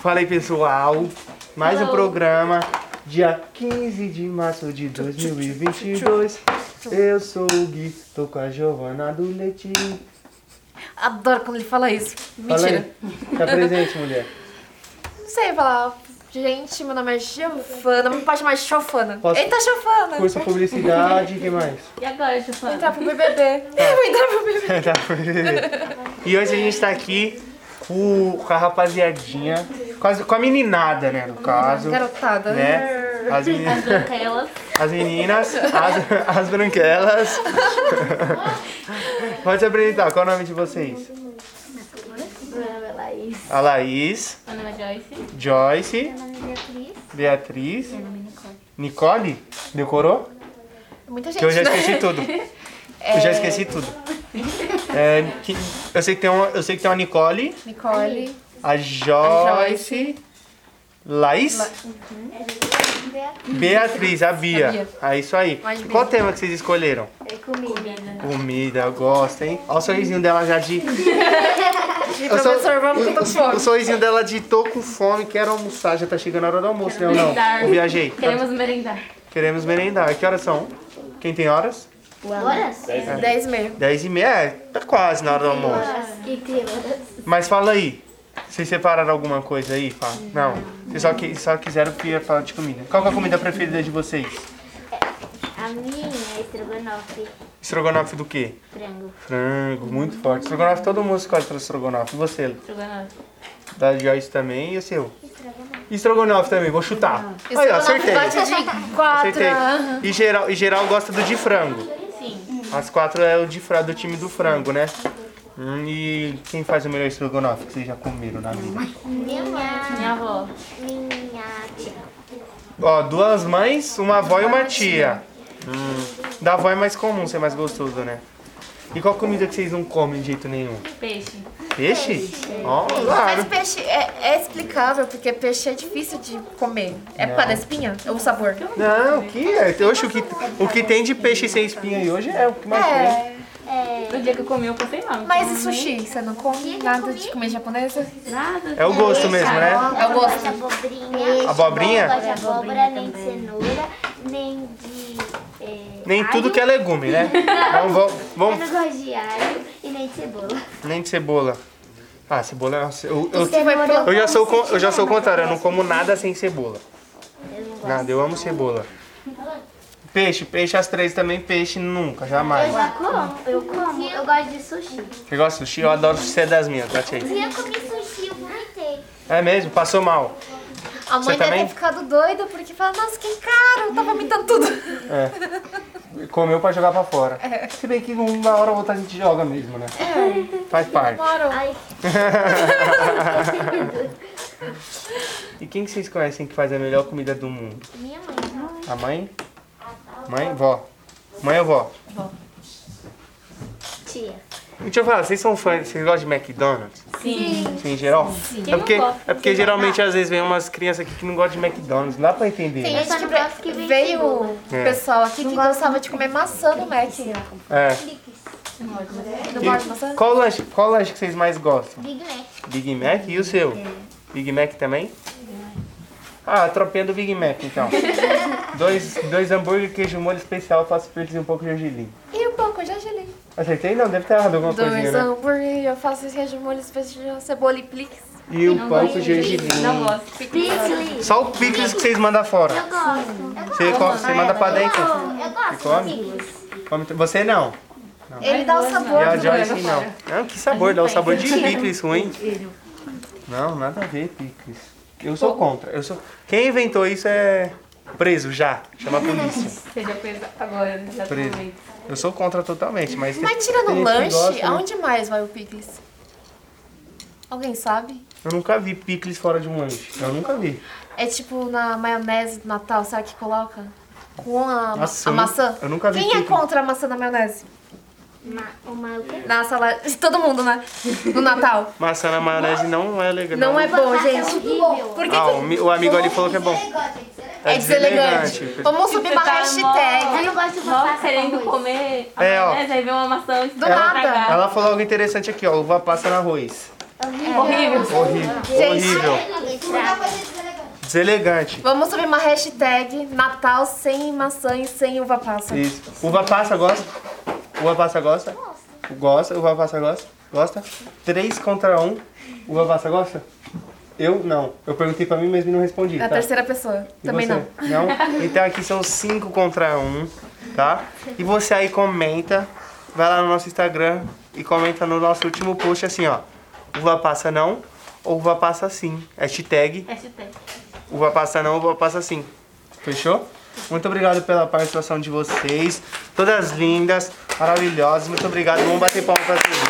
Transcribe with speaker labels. Speaker 1: Fala aí, pessoal. Mais um
Speaker 2: Hello.
Speaker 1: programa. Dia 15 de março de 2022. Eu sou o Gui, tô com a Giovana do Leite.
Speaker 2: Adoro quando ele fala isso.
Speaker 1: Fala aí.
Speaker 2: Mentira.
Speaker 1: Tá presente, mulher.
Speaker 2: Não sei falar. Gente, meu nome é Giovana. Me pode chamar de Chofana.
Speaker 1: Posso-
Speaker 2: Eita, Chofana.
Speaker 1: Curso publicidade, o que mais?
Speaker 3: E agora, Chufana?
Speaker 2: Entrar pro BBB. Eu vou entrar pro BBB.
Speaker 1: Tá. e hoje a gente tá aqui com com a rapaziadinha, quase com a meninada, né, no caso.
Speaker 2: Garotada.
Speaker 1: Né? As, meni-
Speaker 3: As branquelas.
Speaker 1: as meninas, as, as branquelas. Pode se apresentar, qual é o nome de vocês?
Speaker 3: Meu nome é Laís.
Speaker 1: A Laís,
Speaker 3: Meu nome é Joyce.
Speaker 1: Joyce,
Speaker 4: é
Speaker 1: Beatriz, Nicole, decorou?
Speaker 2: Muita gente,
Speaker 1: Que eu já
Speaker 2: né?
Speaker 1: esqueci tudo. Eu já esqueci tudo. É, que- eu, sei que tem uma, eu sei que tem uma Nicole,
Speaker 2: Nicole.
Speaker 1: a Joyce, Laís, Beatriz, a Bia.
Speaker 2: A Bia.
Speaker 1: É isso aí.
Speaker 2: Mais Bia.
Speaker 1: Qual tema que vocês escolheram?
Speaker 4: É
Speaker 3: Comida.
Speaker 1: Comida, eu gosto, hein? Olha o sorrisinho dela já de.
Speaker 2: De
Speaker 1: Eu sou-
Speaker 2: professor, vamos que eu tô com
Speaker 1: O
Speaker 2: fome.
Speaker 1: sorrisinho dela de tô com fome, quero almoçar. Já tá chegando a hora do almoço, né ou não?
Speaker 3: merendar.
Speaker 1: Eu viajei.
Speaker 3: Queremos um merendar.
Speaker 1: Queremos merendar. Que horas são? Quem tem horas?
Speaker 4: Horas?
Speaker 1: É.
Speaker 2: Dez e meio.
Speaker 1: Dez e meia. É, tá quase na hora do almoço.
Speaker 4: Horas. Que é, tem horas?
Speaker 1: Mas fala aí. Vocês separaram alguma coisa aí? Fala. Não. Vocês só, qui- só quiseram que ia falar de comida. Qual que é a comida preferida de vocês?
Speaker 4: A minha é estrogonofe.
Speaker 1: Estrogonofe do quê?
Speaker 4: Frango.
Speaker 1: Frango, muito forte. Estrogonofe, todo mundo escolhe pra estrogonofe. E você, Lu?
Speaker 3: Jogando.
Speaker 1: da Joyce também e o seu? Estrogonofe também, vou chutar. Aí, ó, acertei.
Speaker 2: Bate de quatro.
Speaker 1: Acertei. E geral, e geral gosta do de frango.
Speaker 3: Sim.
Speaker 1: As quatro é o de fra, do time do frango, né? Hum, e quem faz o melhor estrogonofe que vocês já comeram na vida?
Speaker 4: Minha,
Speaker 3: Minha avó.
Speaker 4: minha tia.
Speaker 1: Ó, duas mães, uma avó e uma tia. Hum, da avó é mais comum ser mais gostoso, né? E qual comida que vocês não comem de jeito nenhum?
Speaker 3: Peixe.
Speaker 1: Peixe? Ó, claro.
Speaker 2: Mas peixe é, é explicável, porque peixe é difícil de comer. É por causa da espinha? É o sabor.
Speaker 1: Não, o que é? Hoje o que, o que tem de peixe sem espinha aí hoje é o que mais tem.
Speaker 2: É.
Speaker 4: É.
Speaker 3: No dia que eu comi, eu passei mal.
Speaker 2: Mas e sushi? Você não come nada de comida japonesa?
Speaker 3: Nada.
Speaker 1: É o gosto mesmo, né?
Speaker 2: Eu gosto.
Speaker 4: de abobrinha. é
Speaker 1: Abobrinha?
Speaker 4: Não gosto de abóbora, nem de cenoura, nem de. é,
Speaker 1: Nem
Speaker 4: alho.
Speaker 1: tudo que é legume, né? Não, vamos,
Speaker 4: Eu
Speaker 1: vamos-
Speaker 4: não gosto de alho e nem de cebola.
Speaker 1: Nem de cebola. Ah, cebola. nossa, Eu, eu,
Speaker 4: Cenoura
Speaker 1: eu já
Speaker 4: como
Speaker 1: sou, con-
Speaker 4: se
Speaker 1: eu já sou o
Speaker 4: tiver,
Speaker 1: contrário, eu não
Speaker 4: mas
Speaker 1: como nada sem cebola.
Speaker 4: Eu não gosto.
Speaker 1: Nada, eu amo cebola. Peixe, peixe, as três também, peixe nunca, jamais.
Speaker 4: Eu já como, eu como, eu gosto de sushi.
Speaker 1: Você gosta de sushi? Eu adoro sushi é das minhas, bate aí.
Speaker 4: Se eu comi sushi, eu vomitei.
Speaker 1: É mesmo? Passou mal.
Speaker 2: A
Speaker 1: Você
Speaker 2: mãe deve
Speaker 1: também?
Speaker 2: ter ficado doida porque fala, nossa, que caro, tá vomitando tudo.
Speaker 1: É. Comeu pra jogar pra fora. Se bem que uma hora ou outra a gente joga mesmo, né? Faz parte.
Speaker 2: Moro.
Speaker 4: Ai,
Speaker 1: E quem que vocês conhecem que faz a melhor comida do mundo?
Speaker 4: minha mãe.
Speaker 1: A mãe? Mãe? Vó? Mãe ou vó?
Speaker 4: Tia.
Speaker 1: Deixa eu falar, vocês são fãs, vocês gostam de McDonald's?
Speaker 3: Sim.
Speaker 1: Sim, em geral?
Speaker 3: Quem
Speaker 1: É
Speaker 3: não
Speaker 1: porque,
Speaker 3: gosta?
Speaker 1: é porque geralmente às vezes vem umas crianças aqui que não gostam de McDonald's, não dá pra entender.
Speaker 2: Tem
Speaker 1: né?
Speaker 2: gente
Speaker 4: só não gosto
Speaker 2: que
Speaker 4: que vem
Speaker 2: veio
Speaker 4: cebola.
Speaker 2: o pessoal aqui que gostava de comer maçã no Mac.
Speaker 1: É.
Speaker 2: Não
Speaker 1: E
Speaker 2: gosta de maçã?
Speaker 1: qual, lanche, qual lanche que vocês mais gostam?
Speaker 4: Big Mac.
Speaker 1: Big Mac e o seu? Big Mac também? Ah, a tropinha do Big Mac então. dois, dois hambúrguer, queijo molho especial, faço fritas e um pouco de gergelim.
Speaker 2: E um pouco de angelim.
Speaker 1: Acertei? Não, deve ter errado alguma coisinha,
Speaker 2: Dois
Speaker 1: né?
Speaker 2: hambúrguer, eu faço queijo molho, especial, cebola e plix.
Speaker 1: E um pouco de
Speaker 3: Não
Speaker 1: gergelim.
Speaker 3: gosto.
Speaker 4: Grizzly.
Speaker 1: Só o picles que vocês mandam fora.
Speaker 4: Eu gosto.
Speaker 1: Você, co- você manda pra dentro.
Speaker 4: Eu gosto
Speaker 1: come?
Speaker 4: de picles.
Speaker 1: Come- Você não.
Speaker 2: Ele dá o
Speaker 1: E
Speaker 2: sabor
Speaker 1: a
Speaker 2: do
Speaker 1: Joyce
Speaker 2: molho.
Speaker 1: não. Não, que sabor, dá o sabor de
Speaker 2: um
Speaker 1: picles ruim. Não, nada a ver, picles. Eu sou contra. Eu sou... Quem inventou isso é preso já. Chama a polícia.
Speaker 3: Seja coisa agora, né?
Speaker 1: Preso.
Speaker 3: exatamente.
Speaker 1: Eu sou contra totalmente, mas.
Speaker 2: Mas tirando
Speaker 1: tem gente
Speaker 2: o
Speaker 1: que
Speaker 2: lanche,
Speaker 1: gosta, né?
Speaker 2: aonde mais vai o picles? Alguém sabe?
Speaker 1: Eu nunca vi picles fora de um lanche. Eu nunca vi.
Speaker 2: É tipo na maionese do Natal, sabe que coloca? Com a,
Speaker 1: Maçã.
Speaker 2: a maçã.
Speaker 1: Eu nunca vi
Speaker 2: Quem é
Speaker 1: picles.
Speaker 2: contra a maçã na maionese?
Speaker 4: Uma, uma o quê?
Speaker 2: Na salada. Todo mundo, né? No Natal.
Speaker 1: Maçã na maionese não é legal.
Speaker 2: Não é bom, gente.
Speaker 4: horrível.
Speaker 2: Por que
Speaker 1: Ah, o
Speaker 2: que
Speaker 1: mi- o amigo ali falou que é bom. Tá
Speaker 2: é deselegante? Vamos subir uma
Speaker 3: um Tá bom.
Speaker 4: Eu
Speaker 2: hashtag.
Speaker 4: não gosto de
Speaker 3: Nós
Speaker 4: batata
Speaker 3: querendo
Speaker 4: com arroz.
Speaker 3: comer a
Speaker 1: É, ó.
Speaker 3: maionese, aí vem uma maçã. tá
Speaker 2: Do nada.
Speaker 1: Ela falou algo interessante aqui, ó. Uva passa no arroz.
Speaker 4: Horrível.
Speaker 1: Horrível. Horrível. Deselegante.
Speaker 2: Vamos subir uma hashtag Natal sem maçã e sem uva passa.
Speaker 1: Isso. Uva passa gosta? Uva passa gosta? Gosta. Uva passa gosta? Gosta? Três contra um. Uva passa gosta? Eu não. Eu perguntei pra mim mesmo e não respondi.
Speaker 2: Na
Speaker 1: tá?
Speaker 2: É terceira pessoa.
Speaker 1: E
Speaker 2: Também
Speaker 1: você?
Speaker 2: não.
Speaker 1: Não? Então aqui são cinco contra um, tá? E você aí comenta, vai lá no nosso Instagram e comenta no nosso último post assim, ó. Uva passa não ou uva passa sim. Hashtag
Speaker 3: Hashtag.
Speaker 1: uva passa não, uva passa sim. Fechou? Muito obrigado pela participação de vocês. Todas lindas, maravilhosas. Muito obrigado. Vamos bater palmas pra vocês.